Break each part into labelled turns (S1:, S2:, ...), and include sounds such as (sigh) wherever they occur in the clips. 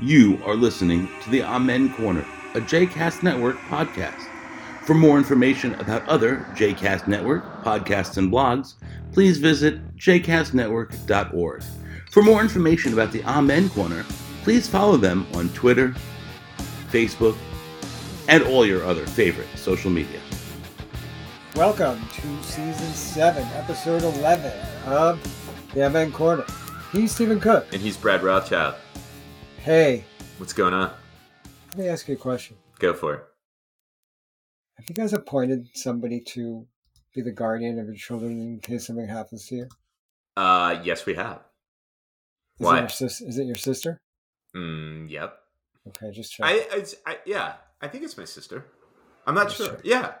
S1: You are listening to the Amen Corner, a JCast Network podcast. For more information about other JCast Network podcasts and blogs, please visit jcastnetwork.org. For more information about the Amen Corner, please follow them on Twitter, Facebook, and all your other favorite social media.
S2: Welcome to season seven, episode eleven of the Amen Corner. He's Stephen Cook.
S3: And he's Brad Rothschild.
S2: Hey,
S3: What's going on?
S2: let me ask you a question.
S3: Go for it.
S2: Have you guys appointed somebody to be the guardian of your children in case something happens to you? Is
S3: Uh, yes, we have.
S2: it
S3: Why?
S2: your sis- is it your sister?
S3: Mm, yep.
S2: Okay, just check.
S3: I, it's, I, yeah, I think it's my sister. I'm not
S2: Yes,
S3: sure.
S2: sir.
S3: Yeah.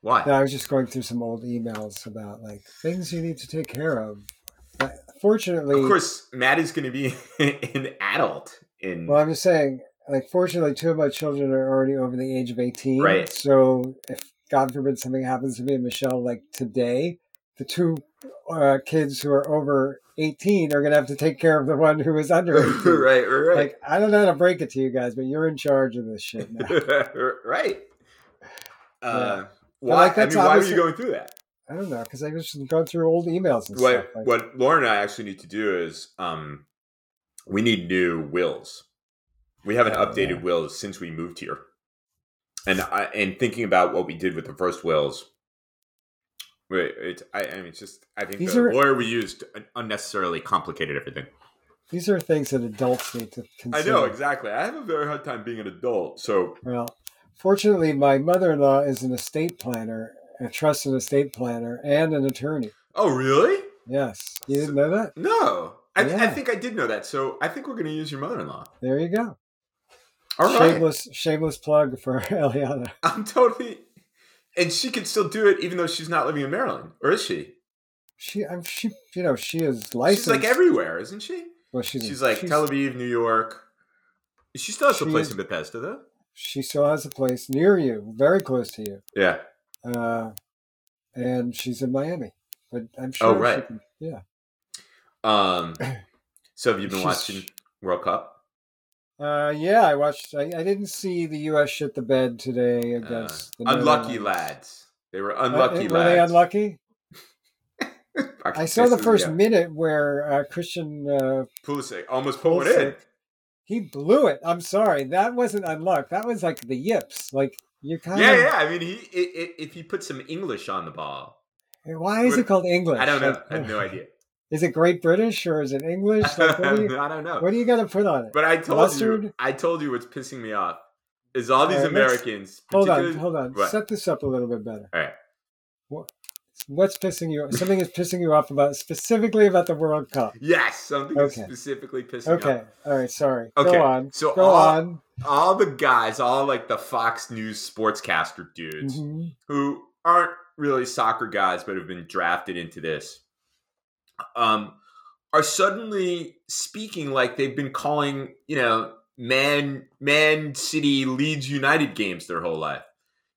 S3: Why?
S2: no, I was just going through some old emails about like things you need to take care of. But fortunately,
S3: Of course, Maddie's going to be (laughs) an adult in. (laughs)
S2: Well, I'm just saying, like, fortunately, two of my children are already over the age of 18.
S3: Right.
S2: So, if God forbid something happens to me and Michelle, like today, the two uh, kids who are over 18 are going to have to take care of the one who
S3: (laughs)
S2: is under 18.
S3: right, right,
S2: Like, I don't know how to break it to you guys, but you're in charge of this shit now.
S3: (laughs) right. Uh,
S2: But,
S3: why?
S2: like,
S3: I
S2: that's
S3: mean, why were
S2: obviously-
S3: you going through that?
S2: I don't know, because I was just going through old emails and stuff.
S3: What
S2: Like,
S3: What Lauren and I actually need to do is, um, we need new wills. We haven't
S2: Oh,
S3: updated
S2: yeah.
S3: wills since we moved here, and I and thinking about what we did with the first wills. Wait, it's I, I mean, it's just I think
S2: These
S3: the
S2: are-
S3: lawyer we used un- unnecessarily complicated everything.
S2: These are things that adults need to
S3: I
S2: consider.
S3: know exactly. I have a very hard time being an adult, so
S2: Well, fortunately, my mother in law is an estate planner, a trusted estate planner, and an attorney.
S3: oh really?
S2: Yes. You didn't know that?
S3: No, I, I
S2: Yeah.
S3: think I did know that. So I think we're going to use your mother-in-law.
S2: There you go.
S3: All right.
S2: shameless shameless plug for (laughs) Eliana.
S3: I'm totally. And she could still do it even though she's not living in Maryland. Or is she?
S2: She I'm she you know, she is licensed.
S3: She's like everywhere, isn't she?
S2: well, she's,
S3: She's like Tel Aviv, New York. She still has a
S2: She
S3: place
S2: is-
S3: in Bethesda, though.
S2: She still has a place near you, very close to you.
S3: Yeah.
S2: Uh and she's in Miami. But I'm sure she
S3: Oh, right.
S2: can, yeah. (coughs)
S3: Um. So have you been
S2: She's-
S3: watching World Cup?
S2: Uh yeah, I watched I, I didn't see the US shit the bed today
S3: Uh,
S2: against the
S3: unlucky
S2: Netherlands.
S3: lads. They were
S2: Uh,
S3: unlucky
S2: Were they
S3: lads. (laughs)
S2: unlucky?
S3: Fucking
S2: I saw the
S3: pisses
S2: first
S3: me off.
S2: minute where uh, Christian uh,
S3: Pulisic almost pulled it in.
S2: Pulisic. He blew it. I'm sorry. That wasn't unluck. That was like the yips. Like you kind
S3: Yeah,
S2: of.
S3: yeah. I mean, he i i if he put some English on the ball,
S2: Why is it called English?
S3: I don't know.
S2: Like, (laughs)
S3: I have no idea.
S2: Is it Great British or is it English? Like, what, are
S3: (laughs)
S2: you,
S3: I don't know.
S2: what are you gonna put on it?
S3: But I told
S2: Mustard?
S3: you, I told you what's pissing me off is all these
S2: All right, let's-
S3: Americans.
S2: Hold on,
S3: particularly-
S2: hold on.
S3: What?
S2: Set this up a little bit better.
S3: All right.
S2: What, what's pissing you? Something is pissing you off about specifically about the World Cup.
S3: Yes, something that's
S2: Okay.
S3: specifically pissing me
S2: Okay.
S3: off.
S2: All right. Sorry.
S3: Okay,
S2: Go on.
S3: so
S2: Go
S3: all-
S2: on.
S3: All the guys, all like the Fox News sportscaster dudes
S2: Mhm.
S3: who aren't really soccer guys but have been drafted into this, um, are suddenly speaking like they've been calling, you know, Man Man City Leeds United games their whole life.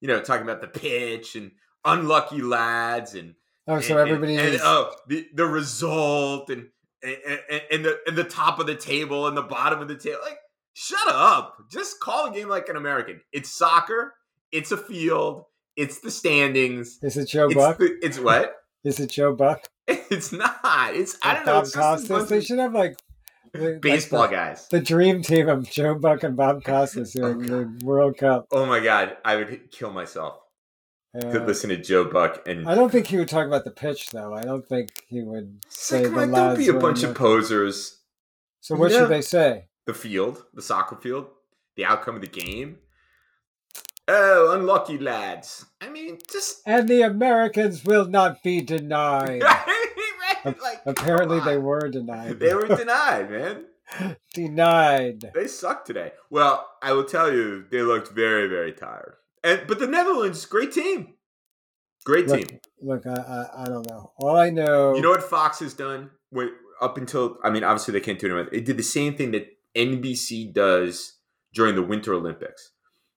S3: You know, talking about the pitch and unlucky lads and
S2: Oh, so
S3: and- and-
S2: everybody
S3: and,
S2: is.
S3: oh the, the result and and, and and the and the top of the table and the bottom of the table like shut up just call a game like an american it's soccer it's a field it's the standings
S2: Is it Joe
S3: it's,
S2: Buck?
S3: the- it's what (laughs)
S2: Is it Joe Buck?
S3: it's not it's i don't know
S2: Bob
S3: it's just a
S2: Costas.
S3: bunch
S2: They
S3: of
S2: should have like the- like
S3: baseball
S2: the-
S3: guys
S2: the dream team of Joe Buck and Bob Costas in
S3: Oh,
S2: the World Cup.
S3: oh my god i would kill myself to
S2: Uh,
S3: listen to joe buck and
S2: I don't think he would talk about the pitch, though. I don't think he would
S3: It's like,
S2: say
S3: come
S2: the
S3: on, don't be
S2: lads
S3: a
S2: were
S3: bunch of
S2: unlucky.
S3: posers
S2: So what
S3: Yeah.
S2: should they say?
S3: the field, the soccer field, the outcome of the game. Oh, unlucky lads. I mean, just (laughs)
S2: And the Americans will not be denied.
S3: Right? like
S2: Apparently,
S3: come
S2: they
S3: on.
S2: were denied. (laughs)
S3: (laughs) they were denied, man.
S2: denied.
S3: They sucked today. Well, I will tell you, they looked very, very tired. And but the Netherlands, great team, great
S2: Look,
S3: team.
S2: look, I, I, I don't know. All I know,
S3: You know what Fox has done? Wait, up until I mean, obviously they can't do it. anymore. It did the same thing that NBC does during the Winter Olympics.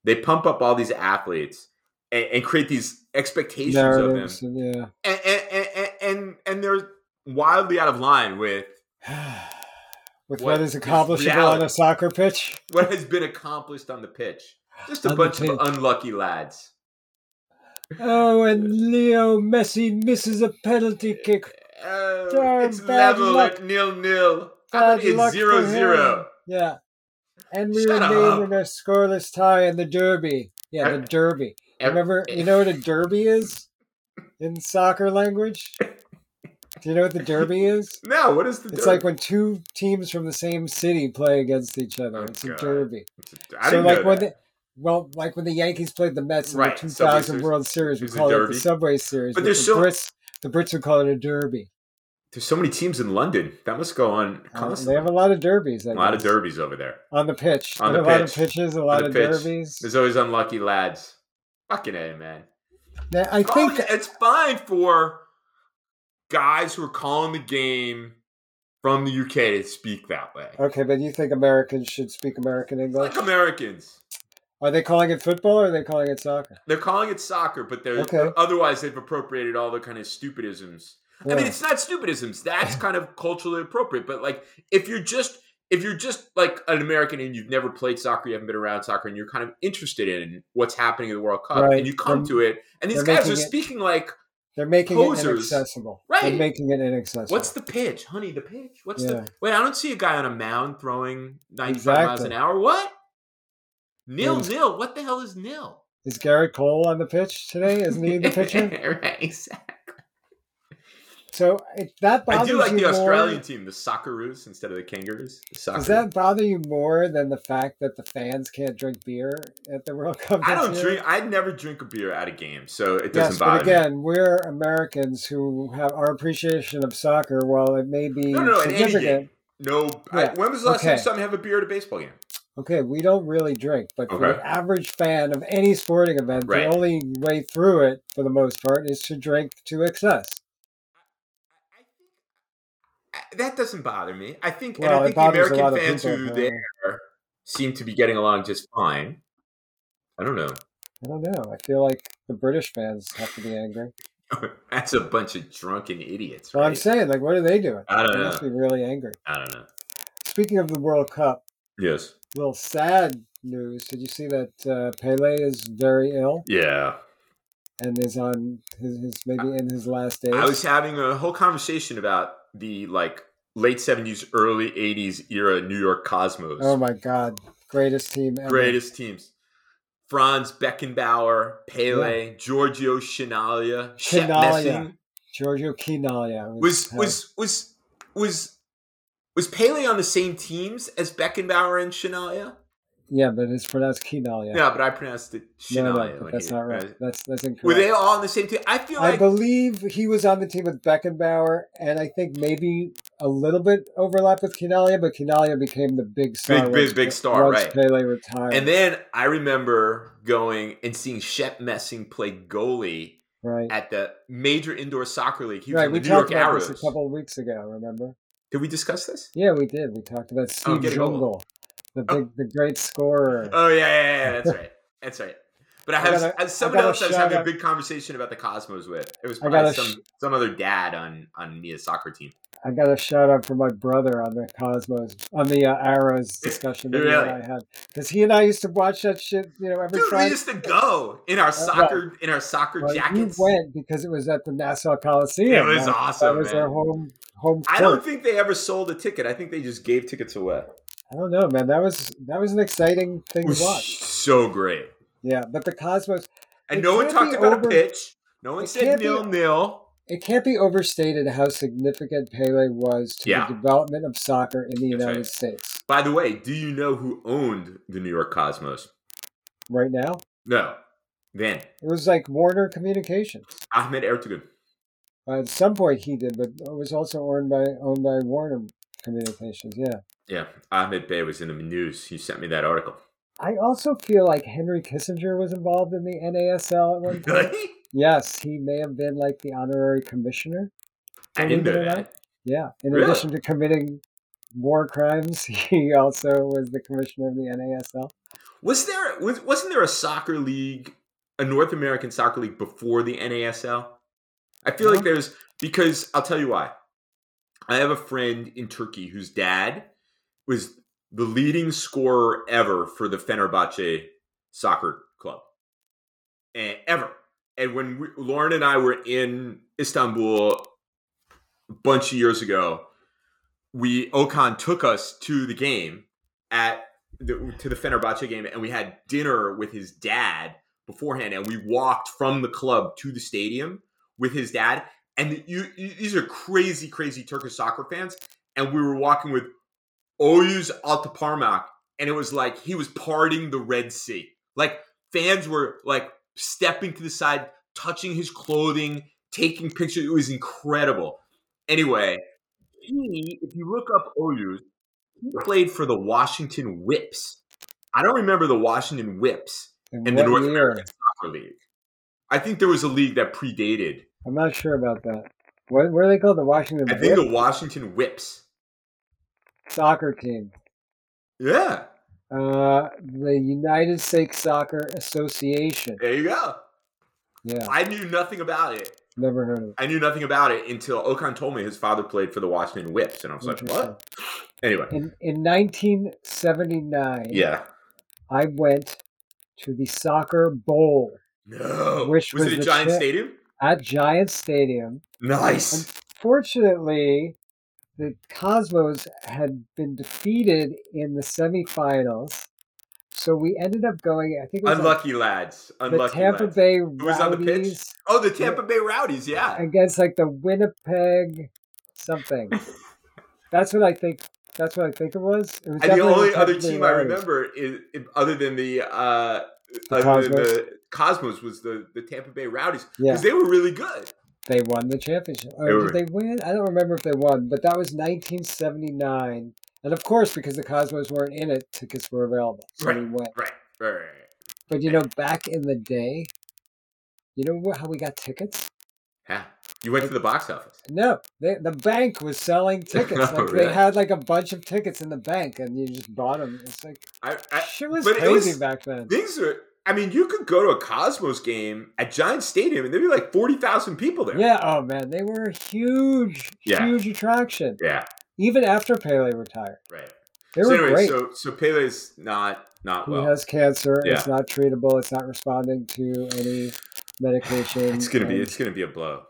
S3: They pump up all these athletes and, and create these expectations
S2: narratives,
S3: of them,
S2: and
S3: and and, and and and they're wildly out of line with
S2: yeah. (sighs) with
S3: What
S2: what is
S3: is
S2: accomplishable on
S3: reality?
S2: a soccer pitch.
S3: What has been accomplished on the pitch? Just a
S2: On the
S3: bunch of
S2: pitch.
S3: unlucky lads.
S2: Oh, and Leo Messi misses a penalty kick.
S3: Oh,
S2: Darn
S3: it's
S2: bad
S3: level
S2: luck.
S3: at nil nil. How
S2: Bad
S3: about it's
S2: luck for
S3: zero zero?
S2: him. Yeah. And we
S3: Shut
S2: were
S3: up.
S2: made in a scoreless tie in the derby. Yeah, the
S3: Ev- eh.
S2: derby. Remember, you know what a derby is in soccer language? Do you know what the
S3: (laughs)
S2: derby is?
S3: No, what is the?
S2: It's like when two teams from the same city play against each other.
S3: Oh,
S2: It's a
S3: God.
S2: derby.
S3: I
S2: so
S3: didn't
S2: like
S3: know
S2: when
S3: that.
S2: the well, like when the Yankees played the Mets in
S3: Right,
S2: the
S3: Subway
S2: 2000
S3: Series.
S2: World Series, we
S3: It's a
S2: call it
S3: derby.
S2: the Subway Series.
S3: But
S2: the
S3: there's so-
S2: Brits, the Brits would call it a derby.
S3: There's so many teams in London. That must go on
S2: Uh,
S3: constantly.
S2: they have a lot of derbies. I
S3: a lot of
S2: guess.
S3: derbies over there.
S2: on the pitch.
S3: On
S2: There
S3: the
S2: are a lot of
S3: pitch.
S2: pitches, a lot
S3: the
S2: of
S3: pitch.
S2: derbies.
S3: There's always unlucky lads. Fucking A, man.
S2: Now, I
S3: Calling-
S2: think
S3: it's fine for guys who are calling the game from the UK to speak that way.
S2: okay, but you think Americans should speak American English?
S3: Like Americans.
S2: Are they calling it football or are they calling it soccer?
S3: They're calling it soccer, but they're
S2: Okay.
S3: otherwise they've appropriated all the kind of stupidisms. I mean,
S2: Yeah.
S3: it's not
S2: (laughs)
S3: stupidisms. That's kind of culturally appropriate. But like, if you're just if you're just like an American and you've never played soccer, you haven't been around soccer, and you're kind of interested in what's happening in the World Cup,
S2: Right.
S3: and you come
S2: They're-
S3: to it, and these
S2: they're
S3: guys are
S2: making it-
S3: speaking like,
S2: They're making
S3: posers.
S2: it inaccessible.
S3: Right.
S2: They're making it inaccessible.
S3: "What's the pitch, honey? The pitch? What's
S2: Yeah.
S3: the wait? I don't see a guy on a mound throwing 95 miles an
S2: Exactly.
S3: hour. What? Nil
S2: Yeah.
S3: nil. What the hell is nil?
S2: is Garrett Cole on the pitch today? Isn't he in the
S3: (laughs)
S2: picture?
S3: Right, exactly.
S2: So it, that bothers
S3: I do like
S2: you
S3: the Australian
S2: More.
S3: team, the Socceroos instead of the Kangaroos. The
S2: Does
S3: Socceroos.
S2: that bother you more than the fact that the fans can't drink beer at the World Cup?
S3: I
S2: this
S3: don't
S2: year?
S3: drink. I never drink a beer at a game, so it doesn't
S2: Yes,
S3: bother
S2: but again, we're Americans who have our appreciation of soccer. While it may be
S3: me. No, no, no. In any
S2: significant,
S3: game. No. I-
S2: Yeah,
S3: when was the last time you
S2: okay.
S3: saw me have a beer at a baseball game?
S2: Okay, we don't really drink, but for
S3: Okay.
S2: the average fan of any sporting event,
S3: Right.
S2: the only way through it, for the most part, is to drink to excess.
S3: I- That doesn't bother me. I think,
S2: Well,
S3: and I
S2: it
S3: think the
S2: bothers a
S3: American
S2: lot of
S3: fans
S2: people,
S3: who
S2: huh?
S3: there seem to be getting along just fine. I don't know. (laughs)
S2: I don't know. I feel like the British fans have to be angry.
S3: That's a bunch of drunken idiots.
S2: So
S3: Right? Uh,
S2: I'm saying, like, what are they doing?
S3: I
S2: They
S3: don't
S2: must
S3: know.
S2: be really angry.
S3: I don't know.
S2: Speaking of the World Cup,
S3: Yes.
S2: little sad news. Did you see that uh, Pele is very ill
S3: Yeah.
S2: and is on his, his maybe in his last days?
S3: I was having a whole conversation about the like late seventies, early eighties era New York Cosmos.
S2: oh my God, greatest team ever.
S3: greatest teams. Franz Beckenbauer, Pele, Giorgio Shinalia, Shep
S2: Shinalya.
S3: Messing.
S2: Giorgio Quinalia
S3: Was was was was was Pele on the same teams as Beckenbauer and Shinalia?
S2: yeah, but it's pronounced Quinalia.
S3: No, but I pronounced it
S2: No, no,
S3: Shinalia.
S2: no,
S3: when
S2: that's
S3: he-
S2: not right. That's that's
S3: Were they
S2: incorrect.
S3: all on the same team? I feel
S2: I
S3: like
S2: believe he was on the team with Beckenbauer, and I think maybe a little bit overlap with Kinalia, but Kinalia became the big star.
S3: Big, big,
S2: once-
S3: big star,
S2: once
S3: right.
S2: Pele retired.
S3: and then I remember going and seeing Shep Messing play goalie
S2: right,
S3: at the major indoor soccer league. He was
S2: right.
S3: in
S2: We
S3: the New York
S2: talked about
S3: Arrows.
S2: this a couple of weeks ago. Remember?
S3: Did we discuss this?
S2: Yeah, we did. We talked about Steve
S3: getting
S2: Jungle,
S3: old.
S2: the
S3: Oh.
S2: big, the great scorer.
S3: Oh yeah, yeah, yeah, that's right. That's right. But I
S2: I
S3: have
S2: gotta-
S3: as someone
S2: gotta
S3: else I was
S2: shout
S3: having a
S2: out-
S3: big conversation about the Cosmos with. It was
S2: I
S3: probably
S2: gotta
S3: some
S2: sh-
S3: some other dad on on Mia's soccer team.
S2: I got a shout out for my brother on the Cosmos, on the uh, Arrows
S3: (laughs)
S2: discussion that you
S3: Really?
S2: and I had, because he and I used to watch that shit. You know, every
S3: Dude, we
S2: Friday.
S3: used to go in our soccer in our soccer
S2: Well, Uh, you
S3: jackets.
S2: went because it was at the Nassau Coliseum.
S3: It was
S2: That-
S3: awesome,
S2: That was
S3: man.
S2: their home home court.
S3: I don't think they ever sold a ticket. I think they just gave tickets away.
S2: I don't know, man. That was that was an exciting
S3: It
S2: thing
S3: was
S2: to watch.
S3: so great.
S2: Yeah, but the Cosmos,
S3: And
S2: It
S3: no one
S2: can't
S3: talked
S2: be
S3: about
S2: over-
S3: a pitch. No one
S2: it
S3: said
S2: can't be-
S3: nil nil.
S2: it can't be overstated how significant Pele was to
S3: Yeah.
S2: the development of soccer in the
S3: That's
S2: United
S3: right.
S2: States.
S3: By the way, do you know who owned the New York Cosmos?
S2: Right now,
S3: No. Then
S2: it was like Warner Communications.
S3: Ahmed Ertugun.
S2: Uh, at some point, he did, but it was also owned by owned by Warner Communications. Yeah.
S3: Yeah, Ahmed Bey was in the news. He sent me that article.
S2: I also feel like Henry Kissinger was involved in the NASL
S3: (laughs)
S2: at one point.
S3: Really?
S2: Yes, he may have been like the honorary commissioner.
S3: I didn't
S2: Believe
S3: know
S2: it or not.
S3: that.
S2: Yeah. In
S3: Really?
S2: addition to committing war crimes, (laughs) he also was the commissioner of the NASL.
S3: Was there was, wasn't there a soccer league, a North American soccer league before the NASL? I feel like
S2: No.
S3: there's because I'll tell you why. I have a friend in Turkey whose dad was the leading scorer ever for the Fenerbahce soccer club, and ever. And when we, Lauren and I were in Istanbul a bunch of years ago, we Okan took us to the game at the, to the Fenerbahce game, and we had dinner with his dad beforehand, and we walked from the club to the stadium with his dad. And you, you, these are crazy, crazy Turkish soccer fans, and we were walking with Oyuz Altıparmak, and it was like he was parting the Red Sea. Like fans were like stepping to the side, touching his clothing, taking pictures. It was incredible. Anyway, he, if you look up Oyuz, he played for the Washington Whips. I don't remember the Washington Whips
S2: In
S3: in the
S2: what
S3: North
S2: year?
S3: American Soccer League. I think there was a league that predated.
S2: I'm not sure about that. What, what are they called? The Washington
S3: I think
S2: Whip
S3: the Washington Whips.
S2: soccer team.
S3: Yeah,
S2: Uh, the United States Soccer Association.
S3: there you go.
S2: Yeah,
S3: I knew nothing about it.
S2: never heard of it.
S3: I knew nothing about it until Okan told me his father played for the Washington Whips, and I was like,
S2: Mm-hmm.
S3: "What?" Anyway,
S2: In, in 1979,
S3: yeah.
S2: I went to the Soccer Bowl
S3: No.
S2: Which
S3: was,
S2: was
S3: it a
S2: the
S3: giant
S2: cha-
S3: stadium?
S2: at Giant Stadium.
S3: Nice.
S2: Fortunately, the Cosmos had been defeated in the semifinals, so we ended up going. I think it was like
S3: Unlucky lads.
S2: the
S3: Unlucky
S2: Tampa
S3: lads.
S2: Bay
S3: was on the pitch?
S2: Rowdies
S3: Oh, the Tampa Bay Rowdies. Yeah.
S2: against like the Winnipeg
S3: (laughs)
S2: something. that's what I think. That's what I think it was. It was
S3: And the
S2: definitely
S3: only other
S2: Tampa Bay
S3: team I
S2: Rowdies.
S3: remember is, if- other than the, uh,
S2: The
S3: other than
S2: Cosmos.
S3: the Cosmos was the, the Tampa Bay Rowdies
S2: Yeah.
S3: because they were really good.
S2: They won the championship. Or
S3: They were-
S2: did they win? I don't remember if they won, but that was 1979. And of course, because the Cosmos weren't in it, tickets were available. So we
S3: Right.
S2: went.
S3: Right. Right. right, right.
S2: But you know, back in the day, you know wh- how we got tickets?
S3: Yeah. You went to the box office.
S2: No, they, the bank was selling tickets.
S3: (laughs) Oh,
S2: Like
S3: really?
S2: they had like a bunch of tickets in the bank, and you just bought them. It's like
S3: I, I,
S2: shit was
S3: but it
S2: crazy
S3: was-
S2: back then.
S3: things are. I mean, you could go to a Cosmos game at Giant Stadium, and there'd be like forty thousand people there.
S2: Yeah. Oh man, they were a huge,
S3: Yeah.
S2: huge attraction.
S3: Yeah.
S2: Even after Pele retired,
S3: Right.
S2: they
S3: so
S2: were
S3: anyway,
S2: great.
S3: so so Pele's not not
S2: he
S3: well.
S2: has cancer.
S3: Yeah.
S2: It's not treatable. It's not responding to any medication.
S3: It's gonna be
S2: and
S3: it's gonna be a blow.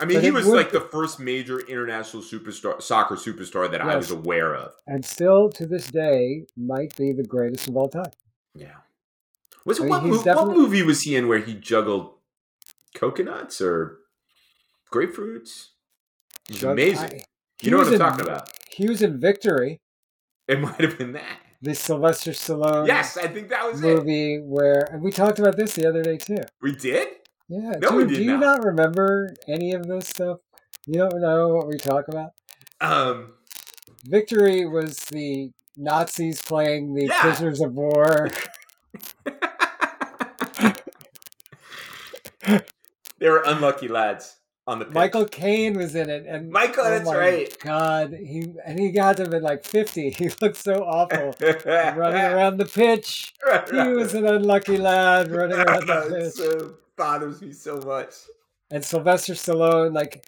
S3: I mean,
S2: But
S3: he
S2: it
S3: was
S2: would-
S3: like the first major international superstar, soccer superstar that I was
S2: Yes.
S3: aware of.
S2: and still to this day might be the greatest of all time.
S3: Yeah. Was
S2: I
S3: it
S2: mean,
S3: what,
S2: he's
S3: mo-
S2: definitely-
S3: what movie was he in where he juggled coconuts or grapefruits? He's
S2: Jug-
S3: amazing.
S2: I- he
S3: you know what
S2: was in-
S3: I'm talking about.
S2: He was in Victory,
S3: It might have been that.
S2: the Sylvester Stallone
S3: Yes, I think that was it.
S2: Uh, movie where and we talked about this the other day too.
S3: We did.
S2: Yeah.
S3: No, we
S2: dude,
S3: did
S2: do you
S3: not.
S2: not remember any of this stuff? You don't know what we talk about?
S3: Um,
S2: Victory was the Nazis playing the
S3: Yeah.
S2: prisoners of
S3: (laughs)
S2: war.
S3: they were unlucky lads on the pitch. (laughs)
S2: Michael Caine was in it, and
S3: Michael,
S2: oh
S3: that's
S2: my
S3: right.
S2: God, he and he got to have been like fifty. (laughs) He looked so
S3: (laughs)
S2: awful running
S3: running
S2: around the pitch. He was an unlucky lad running around
S3: (laughs)
S2: the
S3: It
S2: pitch.
S3: so bothers me so much.
S2: And Sylvester Stallone like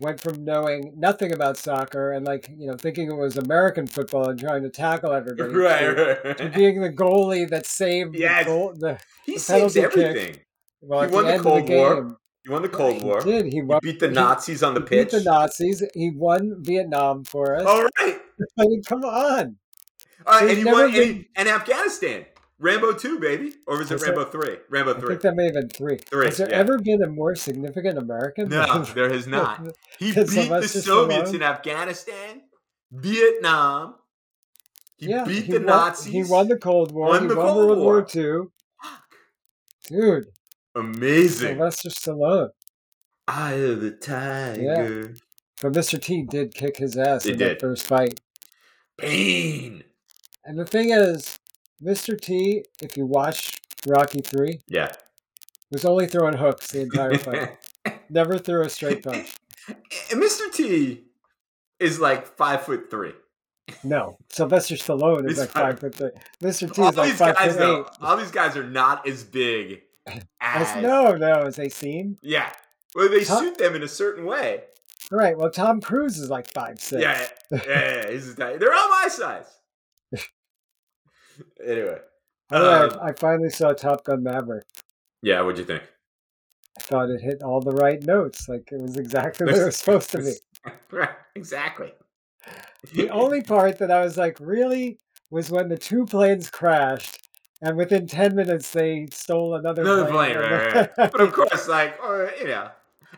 S2: went from knowing nothing about soccer and like you know thinking it was American football and trying to tackle everybody to,
S3: (laughs) Right,
S2: to
S3: right.
S2: being the goalie that saved
S3: Yes.
S2: the, goal, the
S3: He
S2: the
S3: saves
S2: penalty kick.
S3: everything.
S2: well
S3: He
S2: at
S3: won
S2: the
S3: the
S2: end of
S3: Cold
S2: the
S3: War.
S2: game.
S3: He won the Cold War.
S2: He
S3: He,
S2: did. He, won,
S3: beat the
S2: he-
S3: Nazis on the
S2: he
S3: pitch. Oh.
S2: beat the Nazis. He won Vietnam for us.
S3: All right.
S2: I mean, come on.
S3: All right.
S2: There's
S3: Uh, And, he
S2: never
S3: won, and, he-
S2: been-
S3: and Afghanistan. Rambo 2, baby. Or was it
S2: Is
S3: Rambo 3? Rambo
S2: I (laughs)
S3: 3.
S2: think that may have been three.
S3: Three,
S2: Has there
S3: yeah.
S2: ever been a more significant American?
S3: No,
S2: (laughs)
S3: there has not. He
S2: Did
S3: beat the
S2: Sylvester
S3: Soviets
S2: Stallone?
S3: in Afghanistan, Vietnam. He
S2: yeah,
S3: beat
S2: he
S3: the
S2: won,
S3: Nazis.
S2: He won the Cold War.
S3: won
S2: he
S3: the
S2: won
S3: Cold
S2: World War
S3: War.
S2: II. Dude,
S3: Amazing.
S2: Sylvester Stallone.
S3: Eye of the tiger.
S2: But Mr. T did kick his ass
S3: He
S2: in
S3: did.
S2: that first fight.
S3: Pain.
S2: And the thing is, Mr. T, if you watch Rocky Three,
S3: Yeah.
S2: was only throwing hooks the entire fight.
S3: (laughs)
S2: Never threw a straight punch.
S3: And Mr. T is like five foot three.
S2: No, Sylvester Stallone is
S3: He's
S2: like five
S3: five-
S2: foot three. Mr. T
S3: All
S2: is like
S3: these
S2: five
S3: guys
S2: foot
S3: though,
S2: eight.
S3: all these guys are not as
S2: (laughs)
S3: big as
S2: That's- no, no, as they seem.
S3: Yeah. Well they
S2: Huh?
S3: shoot them in a certain way.
S2: Right. Well, Tom Cruise is like five six.
S3: Yeah, yeah, yeah, yeah, he's a tiny- They're all
S2: (laughs)
S3: my size. anyway,
S2: By the way, I-
S3: um,
S2: I finally saw Top Gun Maverick.
S3: yeah. What'd you think? (laughs)
S2: I thought it hit all the right notes. Like it was exactly what it
S3: This-
S2: was supposed to be.
S3: Right, exactly. (laughs)
S2: The only part that I was like, really, was when the two planes crashed, and within ten minutes they stole another,
S3: another
S2: plane.
S3: plane, right, right,
S2: (laughs)
S3: right. But of course, like uh, you know,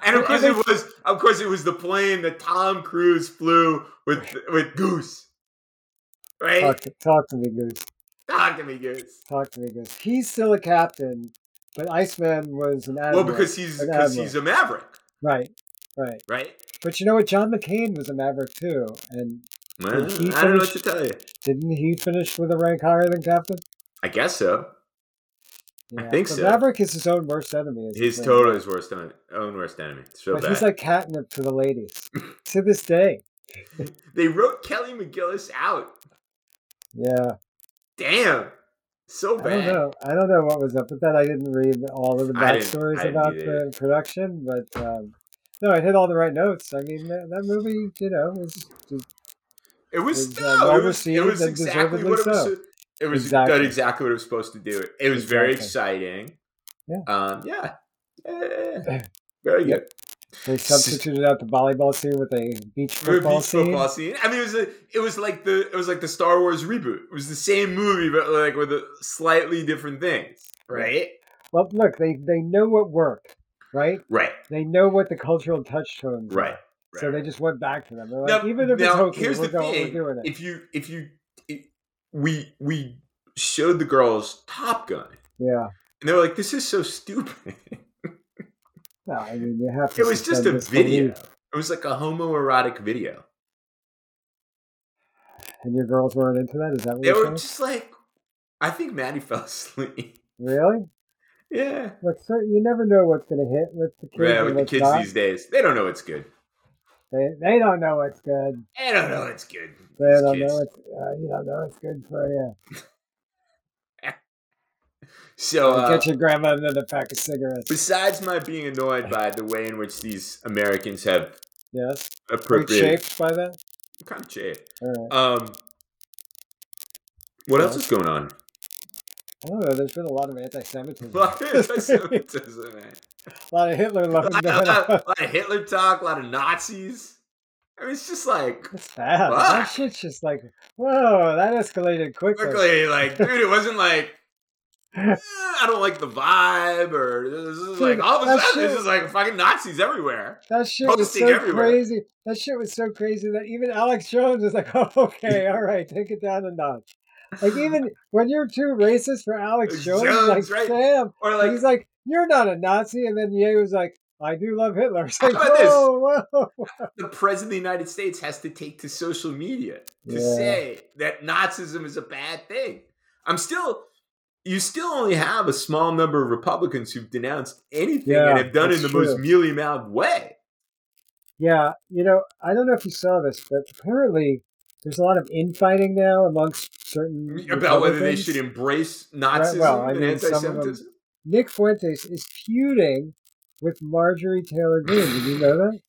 S3: and of
S2: And
S3: course it
S2: they-
S3: was, of course it was the plane that Tom Cruise flew with with Goose, right?
S2: talk, to, talk to me, Goose.
S3: Talk to me, Goose.
S2: Talk to me, Goose. He's still a captain, but Iceman was an admiral.
S3: Well, because he's
S2: An
S3: because
S2: admiral.
S3: he's a maverick,
S2: right, right.
S3: right?
S2: But you know what? John McCain was a maverick too, and
S3: Well,
S2: he
S3: I don't know what
S2: finished-
S3: to tell you.
S2: didn't he finish with a rank higher than captain?
S3: I guess so. I think so.
S2: Maverick is his own worst enemy. is the
S3: He's
S2: thing.
S3: totally his worst en- own worst enemy. It's so
S2: But
S3: bad.
S2: he's like catnip to the
S3: (laughs)
S2: ladies to this day.
S3: they wrote Kelly McGillis out.
S2: Yeah.
S3: Damn, so
S2: I don't
S3: bad.
S2: know. I don't know what was up with that. I didn't read all of the
S3: I didn't- I
S2: backstories
S3: didn't
S2: about
S3: either.
S2: the production, but um, no, it hit all the right notes. I mean, that, that movie, you know, was just,
S3: It was,
S2: was, uh,
S3: no,
S2: well
S3: it was, it
S2: received
S3: was
S2: and
S3: exactly
S2: deservedly
S3: what it was.
S2: so.
S3: It was
S2: Exactly.
S3: done exactly what it was supposed to do. It was very exciting.
S2: Yeah.
S3: Um, yeah. Yeah, yeah, yeah.
S2: (clears throat) Yeah.
S3: Very
S2: Yep.
S3: good.
S2: they substituted out the volleyball scene with a beach
S3: Very
S2: football
S3: beach
S2: scene.
S3: football scene. I mean, it was a, it was like the it was like the Star Wars reboot. It was the same movie, but like with a slightly different things. Right.
S2: Well, look, they they know what worked, right?
S3: Right.
S2: They know what the cultural touchstones. are.
S3: Right.
S2: So they just went back to them. They're like,
S3: Now-
S2: even if it's
S3: now,
S2: hokey,
S3: here's
S2: we're,
S3: the
S2: going,
S3: thing.
S2: we're doing it.
S3: If you if you it, we we showed the girls Top Gun,
S2: yeah.
S3: and they were like, "This is so stupid." (laughs)
S2: No, I mean, you have to.
S3: It was just
S2: suspend
S3: a
S2: disbelief,
S3: video. It was like a homoerotic video.
S2: and your girls weren't into that. Is that what
S3: They
S2: you're
S3: were
S2: saying?
S3: just like, I think Maddie (laughs) fell asleep.
S2: Really?
S3: Yeah.
S2: Look, sir, you never know what's going to hit with the kids. and
S3: Yeah, with the
S2: what's
S3: kids
S2: not.
S3: these days, they don't know it's good.
S2: they, they don't know what's good.
S3: They don't know it's good.
S2: They
S3: These
S2: don't
S3: kids.
S2: know what's uh, you don't know what's good for you.
S3: So, uh,
S2: Get your grandma another pack of cigarettes.
S3: besides my
S2: (laughs)
S3: being annoyed by the way in which these Americans have
S2: Yes, Were you
S3: appropriated
S2: shaped by that.
S3: kind of shit.
S2: All right.
S3: Um, what else is going
S2: (laughs)
S3: on? (laughs)
S2: I don't know. There's been a lot of anti-Semitism,
S3: A lot of anti-Semitism, man. (laughs)
S2: a lot of Hitler
S3: A (laughs)
S2: loving
S3: lot,
S2: going
S3: a lot-
S2: on.
S3: a lot of Hitler talk, a lot of Nazis. I mean, it's just like
S2: It's bad.
S3: Fuck.
S2: That shit's just like whoa. That escalated quickly.
S3: quickly, like, dude, it wasn't like "Eh, I don't like the vibe, or this is like all of a
S2: That
S3: sudden, this
S2: shit-
S3: is like fucking Nazis everywhere.
S2: That shit was
S3: Posting
S2: so
S3: everywhere.
S2: crazy. That shit was so crazy that even Alex Jones was like, (laughs) "Oh,
S3: (laughs)
S2: okay, all right, take it down a notch." Like even when you're too racist for Alex Jones,
S3: Jones,
S2: like
S3: right.
S2: damn,
S3: Or like,
S2: he's like, "You're not a Nazi," and then Ye was like, "I do love Hitler." (laughs) It's like,
S3: How about this?
S2: whoa, whoa.
S3: the president of the United States has to take to social media to
S2: Yeah.
S3: say that Nazism is a bad thing. I'm still, you still only have a small number of Republicans who've denounced anything
S2: Yeah,
S3: and have done it in the
S2: that's
S3: most
S2: true.
S3: mealy mouthed way.
S2: Yeah, you know, I don't know if you saw this, but apparently there's a lot of infighting now amongst certain
S3: About whether they
S2: Republicans.
S3: should embrace Nazism
S2: well, I
S3: and
S2: mean,
S3: anti
S2: some of them-
S3: Semitism.
S2: Nick Fuentes is feuding with Marjorie Taylor Greene. Did you know that?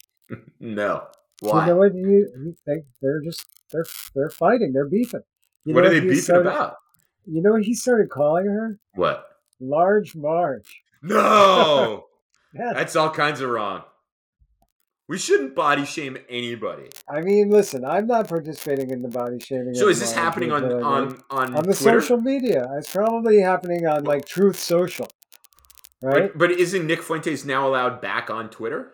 S3: No.
S2: So
S3: Why?
S2: You know what? You, you, they, they're just they're they're fighting. They're beefing. You
S3: what
S2: know
S3: are they
S2: he
S3: beefing
S2: started-
S3: about?
S2: You know what he started calling her? (laughs)
S3: What?
S2: Large Marge.
S3: No!
S2: Yeah.
S3: That's all kinds of wrong. We shouldn't body shame anybody.
S2: I mean, listen, I'm not participating in the body shaming.
S3: So
S2: of
S3: is this
S2: Marge
S3: happening on
S2: Taylor Greene.
S3: on on,
S2: on the
S3: Twitter?
S2: social media? It's probably happening on like Truth Social, right?
S3: But, but isn't Nick Fuentes now allowed back on Twitter?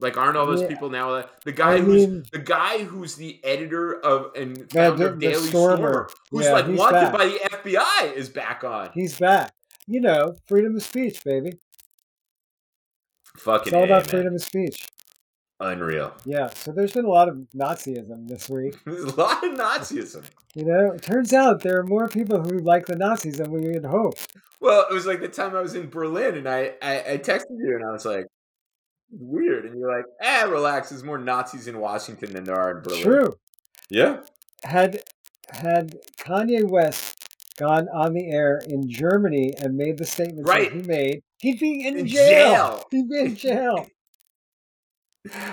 S3: Like, aren't all those
S2: Yeah.
S3: people now allowed? The guy
S2: I
S3: who's
S2: mean-
S3: the guy who's the editor of and founder
S2: the-
S3: of
S2: the
S3: Daily Stormer,
S2: Stormer.
S3: who's
S2: Yeah,
S3: like
S2: he's
S3: wanted
S2: back.
S3: by the FBI, is back on.
S2: He's back. You know, freedom of speech, baby.
S3: Fucking
S2: It's all
S3: A,
S2: about
S3: man.
S2: freedom of speech.
S3: Unreal.
S2: Yeah. So there's been a lot of Nazism this week.
S3: (laughs) There's a lot of Nazism.
S2: You know, it turns out there are more people who like the Nazis than we had hoped.
S3: Well, it was like the time I was in Berlin and I, I, I texted you and I was like, weird. And you're like, eh, relax. There's more Nazis in Washington than there are in Berlin.
S2: True.
S3: Yeah.
S2: Had had Kanye West gone on the air in Germany and made the statements
S3: Right.
S2: that he made, (laughs) he'd be in,
S3: In
S2: jail.
S3: jail.
S2: He'd be in jail.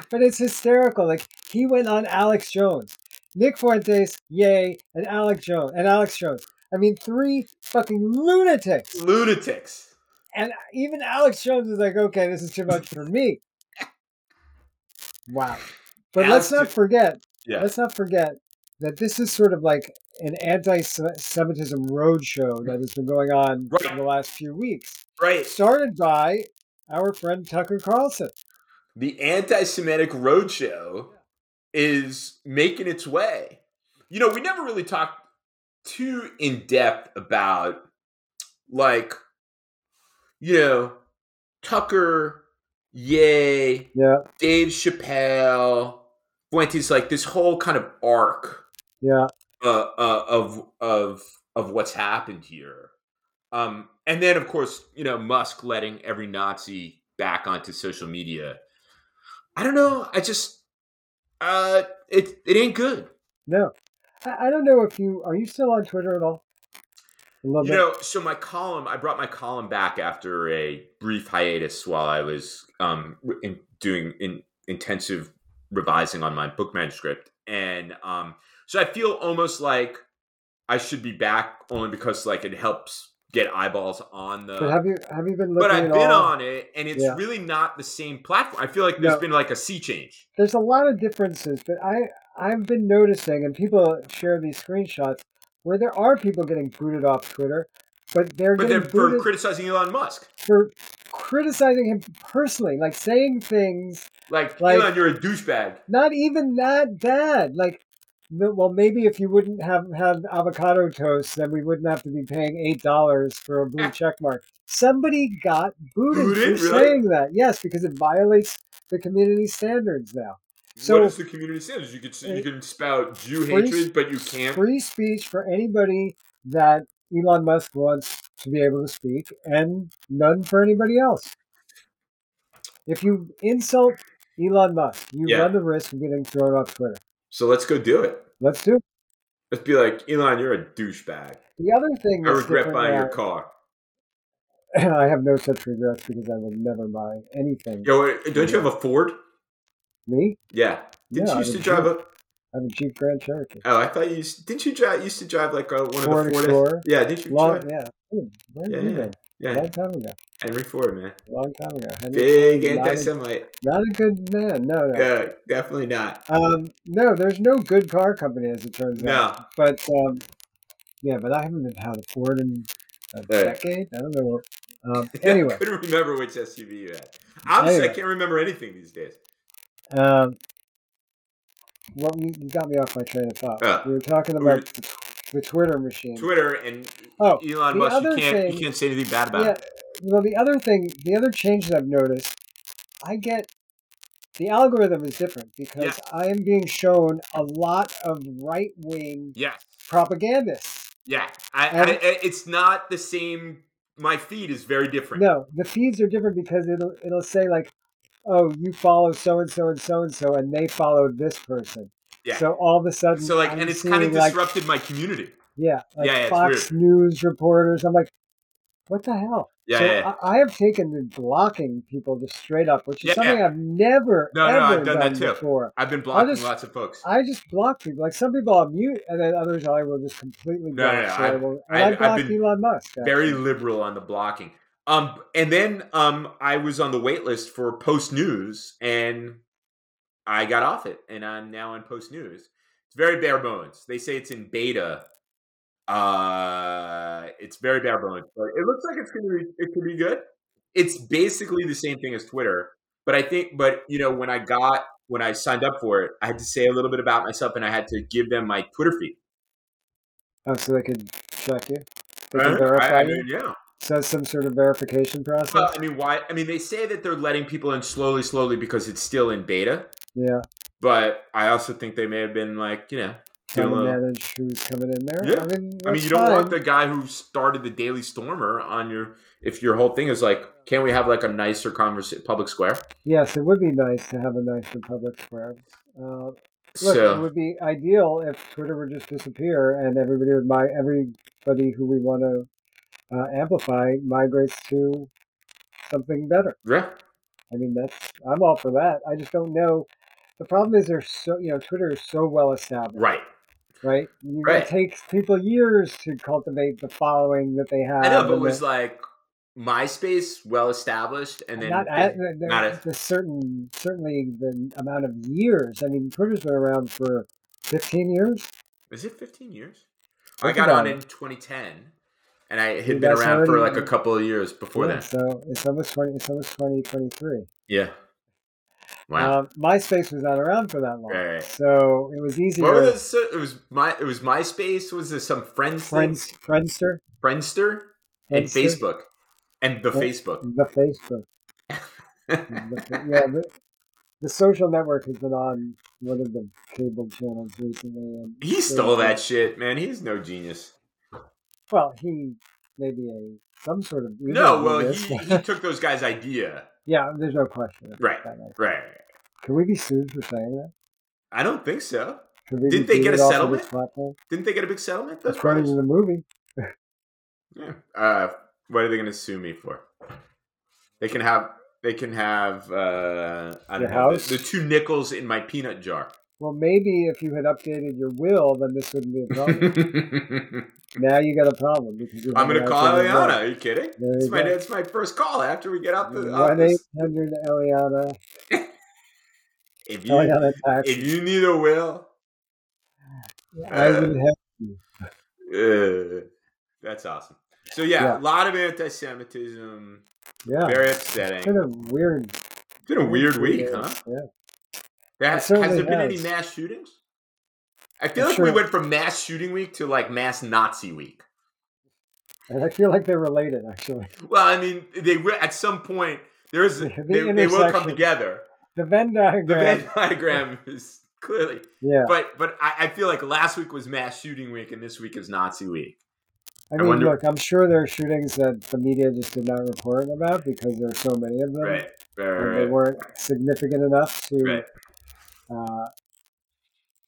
S2: but it's hysterical. Like he went on Alex Jones, Nick Fuentes, yay, and Alex Jones, and Alex Jones. I mean, three fucking lunatics.
S3: Lunatics.
S2: And even Alex Jones is like, okay, this is too much for me. Wow. But
S3: Alex
S2: let's not
S3: Jo-
S2: forget,
S3: Yeah.
S2: let's not forget that this is sort of like an anti-Semitism roadshow that has been going on
S3: Right.
S2: in the last few weeks,
S3: Right.
S2: started by our friend Tucker Carlson.
S3: the anti-Semitic roadshow is making its way. You know, we never really talked too in depth about like, you know, Tucker, Yay,
S2: Yeah,
S3: Dave Chappelle, Fuentes, like this whole kind of arc
S2: yeah,
S3: uh, uh, of of of what's happened here. Um, and then, of course, you know Musk letting every Nazi back onto social media. I don't know. I just uh, it it ain't good.
S2: no. I, I don't know if you, are you still on Twitter at all? A little
S3: You
S2: bit.
S3: know. So my column, I brought my column back after a brief hiatus while I was um, re- in, doing in, intensive revising on my book manuscript, and um, so I feel almost like I should be back only because like it helps get eyeballs on the.
S2: but have you, have you been looking
S3: but I've
S2: at
S3: been
S2: all?
S3: on it, and it's
S2: Yeah.
S3: really not the same platform. I feel like there's
S2: No.
S3: been like a sea change.
S2: there's a lot of differences, but I I've been noticing, and people share these screenshots where there are people getting booted off Twitter, but they're
S3: But
S2: getting
S3: then for
S2: booted for,
S3: criticizing Elon Musk,
S2: criticizing him personally, like saying things
S3: like,
S2: Like-
S3: Elon, you're a douchebag.
S2: not even that bad, like. "No, Well, maybe if you wouldn't have had avocado toast, then we wouldn't have to be paying eight dollars for a blue check mark. Somebody got booted,
S3: Booted,
S2: for
S3: really?
S2: saying that. Yes, because it violates the community standards now. So-
S3: what is the community standards? You could s- you can spout Jew
S2: Free-
S3: hatred, but you can't.
S2: free speech for anybody that Elon Musk wants to be able to speak, and none for anybody else. If you insult Elon Musk, you
S3: Yeah.
S2: run the risk of getting thrown off Twitter.
S3: So let's go do it.
S2: Let's do it.
S3: Let's be like Elon, you're a douchebag.
S2: The other thing
S3: I
S2: that's
S3: regret
S2: different
S3: buying your
S2: now-
S3: car.
S2: (clears throat) I have no such regrets because I will never buy anything.
S3: Yo, wait, don't you have a Ford?
S2: Me?
S3: Yeah. Didn't
S2: Yeah,
S3: you
S2: I
S3: used to
S2: have a
S3: drive a?
S2: I have a Jeep Grand Cherokee.
S3: Oh, I thought you used. Didn't you drive? Used to drive like uh, one
S2: Ford
S3: of the Ford.
S2: Explorer.
S3: Yeah. Didn't you?
S2: Long,
S3: drive?
S2: yeah. Ooh, where
S3: Yeah,
S2: have you
S3: yeah.
S2: been?
S3: Yeah.
S2: Long time ago.
S3: Henry Ford, man.
S2: Long time ago. Henry
S3: Big
S2: Ford, not a-
S3: anti-Semite.
S2: Not a good man. No, no.
S3: Yeah, definitely not.
S2: Um, no, there's no good car company as it turns out.
S3: No. (laughs)
S2: But um, yeah, but I haven't been had a Ford in a
S3: Yeah.
S2: decade. I don't know. What,
S3: (laughs)
S2: um,
S3: I
S2: anyway,
S3: couldn't remember which SUV you had. Honestly, I
S2: Anyway.
S3: can't remember anything these days.
S2: um, well, you, you got me off my train of thought.
S3: Uh,
S2: we were talking
S3: we were-
S2: about the, the Twitter machine.
S3: Twitter and
S2: Mm. Oh,
S3: Elon
S2: the
S3: Musk. You
S2: other
S3: can't.
S2: thing-
S3: you can't say anything bad about
S2: yeah.
S3: it.
S2: Well, the other thing, the other change that I've noticed, I get the algorithm is different because I am being shown a lot of right wing
S3: Yeah.
S2: propagandists.
S3: Yeah, I, I,
S2: And-
S3: I- it's not the same. My feed is very different.
S2: No, the feeds are different because it'll it'll say like, oh, you follow so and so and so and so, and they followed this person.
S3: Yeah.
S2: So all of a sudden,
S3: so like,
S2: I'm
S3: and it's kind of
S2: seeing, like-
S3: disrupted my community.
S2: yeah, like
S3: Yeah, yeah, it's
S2: Fox News reporters. I'm like, what the hell?
S3: Yeah,
S2: so
S3: yeah, yeah.
S2: I, I have taken to blocking people just straight up, which is
S3: Yeah,
S2: something
S3: yeah.
S2: I've never
S3: No, no,
S2: ever
S3: I've done that too.
S2: before.
S3: I've been blocking
S2: just-
S3: lots of folks.
S2: I just block people. Like some people I'll mute, and then others I will just completely
S3: No,
S2: block.
S3: no, no,
S2: so I,
S3: I've-
S2: will,
S3: I've-
S2: and I,
S3: I've
S2: blocked
S3: been
S2: Elon Musk.
S3: very
S2: actually.
S3: liberal on the blocking. Um, and then um, I was on the wait list for Post News, and I got off it, and I'm now on Post News. It's very bare bones. They say it's in beta. Uh, it's very bare bones, but it looks like it's gonna be it could be good. It's basically the same thing as Twitter, but I think, but you know, when I got when I signed up for it, I had to say a little bit about myself, and I had to give them my Twitter feed.
S2: Oh, so they can check you. They
S3: I
S2: can
S3: don't know, I-
S2: verify
S3: I
S2: you.
S3: mean, yeah.
S2: So some sort of verification process.
S3: Well, I mean, why? I mean, they say that they're letting people in slowly, slowly because it's still in beta.
S2: yeah,
S3: But I also think they may have been like, you know,
S2: trying to
S3: Hello.
S2: manage who's coming in there.
S3: uh, Yeah.
S2: I mean,
S3: I mean,
S2: that's
S3: you don't want
S2: fine.
S3: the guy who started the Daily Stormer on your if your whole thing is like, can we have like a nicer conversation, public square?
S2: Yes, it would be nice to have a nice Republic Square. Uh, look, it
S3: so
S2: would be ideal if Twitter would just disappear and everybody would my everybody who we want to uh, amplify migrates to something better.
S3: yeah,
S2: I mean, that's I'm all for that. I just don't know. The problem is they're so you know Twitter is so well established,
S3: Right.
S2: right? You,
S3: Right.
S2: It takes people years to cultivate the following that they have.
S3: I know, but it
S2: and
S3: was
S2: the-
S3: like MySpace well established, and then
S2: not at, the, the-
S3: not at-
S2: the certain certainly the amount of years. I mean, Twitter's been around for 15 years.
S3: is it 15 years? I
S2: Think
S3: got on
S2: about it.
S3: in 2010, and I
S2: Dude,
S3: had been
S2: that's
S3: around for
S2: already-
S3: like a couple of years before
S2: Yeah,
S3: that.
S2: so it's almost 20. It's almost 2023.
S3: Yeah. Wow.
S2: Um, MySpace was not around for that long,
S3: Right, right.
S2: so it was easier.
S3: what was this? It was my. It was MySpace. Was this some friends? thing?
S2: Friends, Friendster,
S3: Friendster, and
S2: Friendster?
S3: Facebook, and the
S2: Yeah.
S3: Facebook. (laughs)
S2: the Facebook. The fa- yeah, the, the social network has been on one of the cable channels recently, and
S3: he stole that shit, man. He's no genius.
S2: well, he may be a some sort of evil
S3: No, well,
S2: genius.
S3: he, he took those guys' idea.
S2: (laughs) yeah, there's no question. about
S3: Right.
S2: that, like,
S3: Right.
S2: Can we be sued for saying that?
S3: I don't think so.
S2: Could we be
S3: Didn't they get
S2: booted
S3: a
S2: off of this
S3: settlement?
S2: platform?
S3: Didn't they get a big settlement? Those
S2: According to
S3: brothers?
S2: the movie,
S3: Yeah. Uh, what are they going to sue me for? They can have. They can have. Uh, I
S2: Your
S3: don't know,
S2: house?
S3: the, the two nickels in my peanut jar.
S2: well, maybe if you had updated your will, then this wouldn't be a
S3: (laughs)
S2: problem.
S3: I'm
S2: now you got a problem because you
S3: going to
S2: haven't
S3: call
S2: updated your will.
S3: Eliana. Are you kidding?
S2: There
S3: It's
S2: you
S3: my.
S2: go.
S3: It's my first call after we get out the
S2: One
S3: office.
S2: eight hundred Eliana.
S3: If you
S2: Eliana tax.
S3: if you need a will,
S2: I would have.
S3: uh, that's awesome. So yeah,
S2: Yeah.
S3: a lot of anti-Semitism.
S2: Yeah.
S3: Very
S2: It's been
S3: upsetting.
S2: a weird.
S3: It's been a weird
S2: few
S3: week,
S2: days.
S3: huh?
S2: Yeah.
S3: That,
S2: It
S3: has there
S2: certainly
S3: been any
S2: has.
S3: mass shootings? I feel
S2: It
S3: like we
S2: sure-
S3: went from mass shooting week to like mass Nazi week.
S2: And I feel like they're related, actually. (laughs)
S3: Well, I mean, they will at some point there is
S2: The
S3: they, they will come
S2: intersection.
S3: together.
S2: The Venn
S3: The
S2: diagram.
S3: Venn diagram is clearly,
S2: yeah.
S3: but but I, I feel like last week was mass shooting week and this week is Nazi week.
S2: I
S3: I
S2: mean,
S3: wonder-
S2: look, I'm sure there are shootings that the media just did not report about because there are so many of them.
S3: Right, right,
S2: Um, and
S3: right,
S2: They
S3: right.
S2: weren't significant enough to
S3: Right.
S2: uh,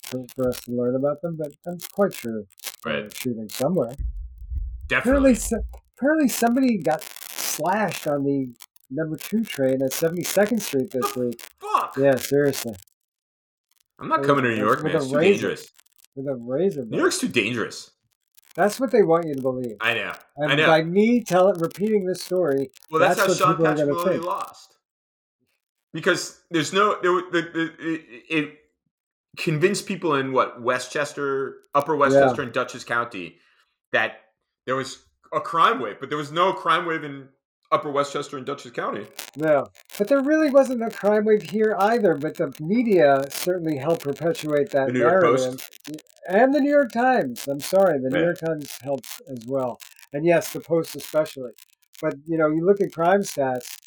S2: for, for us to learn about them, but I'm quite sure they're
S3: Right.
S2: shooting somewhere. Apparently,
S3: Definitely.
S2: so- apparently somebody got slashed on the number two train at 72nd Street this week.
S3: Fuck.
S2: Yeah, seriously.
S3: I'm not coming to New York,
S2: With
S3: man.
S2: a
S3: It's too
S2: razor.
S3: dangerous.
S2: With a razor
S3: New
S2: blade.
S3: York's too dangerous.
S2: That's what they want you to believe.
S3: I know.
S2: And
S3: I know.
S2: by me telling, repeating this story,
S3: Well, that's,
S2: That's
S3: how
S2: what
S3: Sean
S2: people are
S3: Patrick
S2: gonna
S3: Maloney
S2: think.
S3: lost. Because there's no there, were- the, the, it, it convinced people in what Westchester, Upper Westchester, and Dutchess County that there was a crime wave, but there was no crime wave in Upper Westchester and Dutchess County.
S2: no. But there really wasn't a crime wave here either. But the media certainly helped perpetuate that
S3: The New York
S2: narrative.
S3: Post.
S2: And the New York Times. I'm sorry, the New
S3: Yeah.
S2: York Times helped as well. And yes, the Post especially. But you know, you look at crime stats,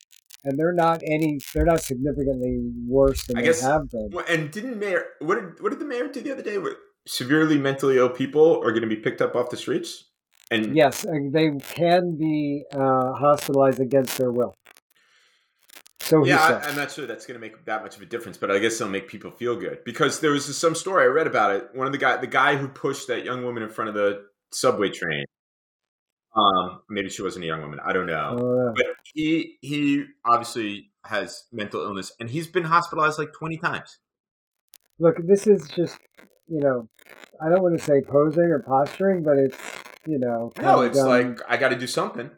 S2: and they're not any. They're not significantly worse than
S3: I
S2: they
S3: guess-
S2: have been.
S3: Well, And didn't mayor what did what did the mayor do the other day? Where severely mentally ill people are going to be picked up off the streets, and
S2: Yes, and they can be uh, hospitalized against their will. So Oh, he
S3: Yeah,
S2: said.
S3: I, I'm not sure that's going to make that much of a difference, but I guess it'll make people feel good because there was some story I read about it. One of the guy, the guy who pushed that young woman in front of the subway train. Um, maybe she wasn't a young woman. I don't
S2: I
S3: know.
S2: don't know.
S3: But he he obviously has mental illness, and he's been hospitalized like 20 times.
S2: look, this is just, you know, I don't want to say posing or posturing, but it's, you know, kind
S3: No,
S2: of
S3: it's
S2: dumb.
S3: like I got to do something.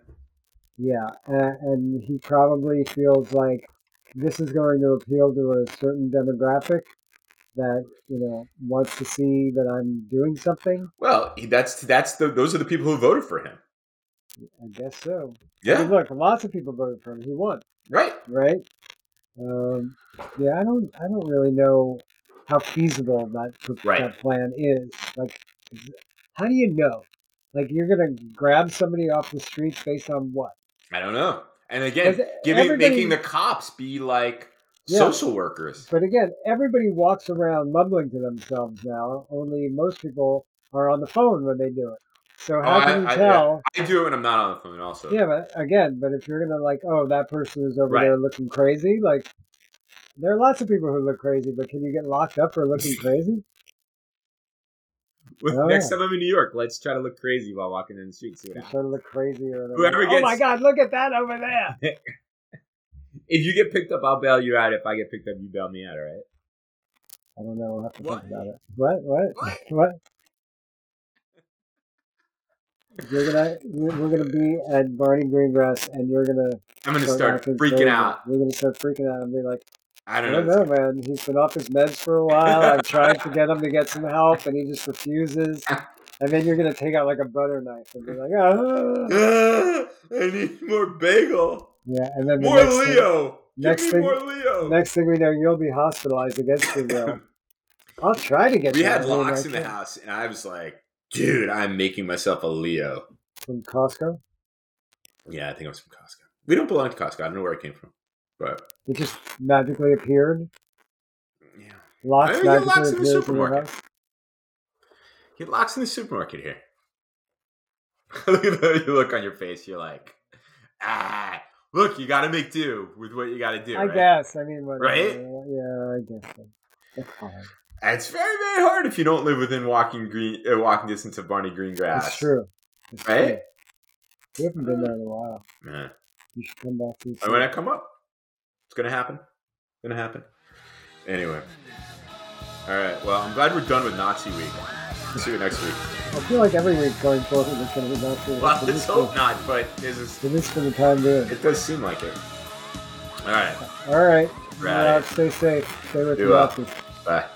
S2: yeah, and, and he probably feels like this is going to appeal to a certain demographic that you know wants to see that I'm doing something.
S3: Well, he, that's that's the those are the people who voted for him.
S2: I guess so. I mean,
S3: Yeah,
S2: look, lots of people voted for him. He won,
S3: right.
S2: right? Um, yeah, I don't, I don't really know how feasible that pr-
S3: Right.
S2: that plan is. Like, how do you know? Like, you're gonna grab somebody off the streets based on what?
S3: I don't know. And again,
S2: Because
S3: giving
S2: everybody-
S3: making the cops be like
S2: Yeah.
S3: social workers.
S2: But again, everybody walks around mumbling to themselves now. Only most people are on the phone when they do it. So how
S3: Oh, I-
S2: can you
S3: I- yeah.
S2: tell?
S3: I do it when I'm not on the phone. Also, (laughs)
S2: yeah, but again, but if you're gonna like, oh, that person is over
S3: Right.
S2: there looking crazy, like. There are lots of people who look crazy, but can you get locked up for
S3: (laughs)
S2: looking crazy?
S3: Well,
S2: Oh,
S3: Next
S2: yeah.
S3: time I'm in New York, let's try to look crazy while walking in the oh street. See what
S2: You
S3: happens.
S2: sort of look crazy or
S3: Whoever
S2: Oh my
S3: gets-
S2: god, look at that over there.
S3: If you get picked up, I'll bail you out. If I get picked up, you bail me out. All right.
S2: I don't know. We'll have to
S3: (laughs) What?
S2: think about it. What? What?
S3: What?
S2: (laughs) What? You're gonna we're we're gonna be at Barney Greengrass, and you're gonna
S3: I'm gonna start
S2: acting
S3: freaking
S2: crazy.
S3: out.
S2: You're gonna start freaking out and be like,
S3: I
S2: I
S3: don't
S2: don't
S3: know.
S2: know, man. He's been off his meds for a while. I've tried to get him to get some help, and he just
S3: (laughs)
S2: refuses. And then you're gonna take out like a butter knife and be like,
S3: (laughs)
S2: ah.
S3: Ah, I need more bagel.
S2: yeah. And then the
S3: More
S2: next thing-
S3: Leo.
S2: next
S3: Give me
S2: thing-
S3: more Leo.
S2: Next thing we know, you'll be hospitalized against your
S3: (laughs)
S2: will. I'll try to get
S3: we
S2: you
S3: had
S2: that name
S3: locks
S2: I
S3: in the
S2: can.
S3: house, and I was like, dude, I'm making myself a Leo.
S2: from Costco.
S3: Yeah, I think I was from Costco. We don't belong to Costco. I don't know where I came from, but
S2: It just magically appeared.
S3: yeah,
S2: Locks
S3: Maybe get
S2: magically
S3: locks in the
S2: appeared in
S3: supermarket.
S2: your house.
S3: get locks in the supermarket here. (laughs) look at the look on your face. You're like, ah, look, you got to make do with what you got to do.
S2: I
S3: right?
S2: guess. I mean, whatever.
S3: Right?
S2: Yeah, I guess. so. That's fine.
S3: And it's very, very hard if you don't live within walking green, uh, walking distance of Barney Greengrass.
S2: It's true. It's
S3: Right?
S2: True. We haven't been there in a while.
S3: Man.
S2: You should come back to the
S3: And when I come up, it's gonna happen. gonna happen. Anyway. All right. Well, I'm glad we're done with Nazi week. We'll see you next
S2: (laughs)
S3: week.
S2: I feel like every week going forward is going to be not true.
S3: Well,
S2: At
S3: let's
S2: least
S3: hope
S2: for-
S3: not. But there's a
S2: at least for the time being.
S3: It does seem like it. All right.
S2: All right.
S3: Right.
S2: Uh, stay safe. Stay with
S3: Be
S2: the
S3: well.
S2: Nazis.
S3: Bye.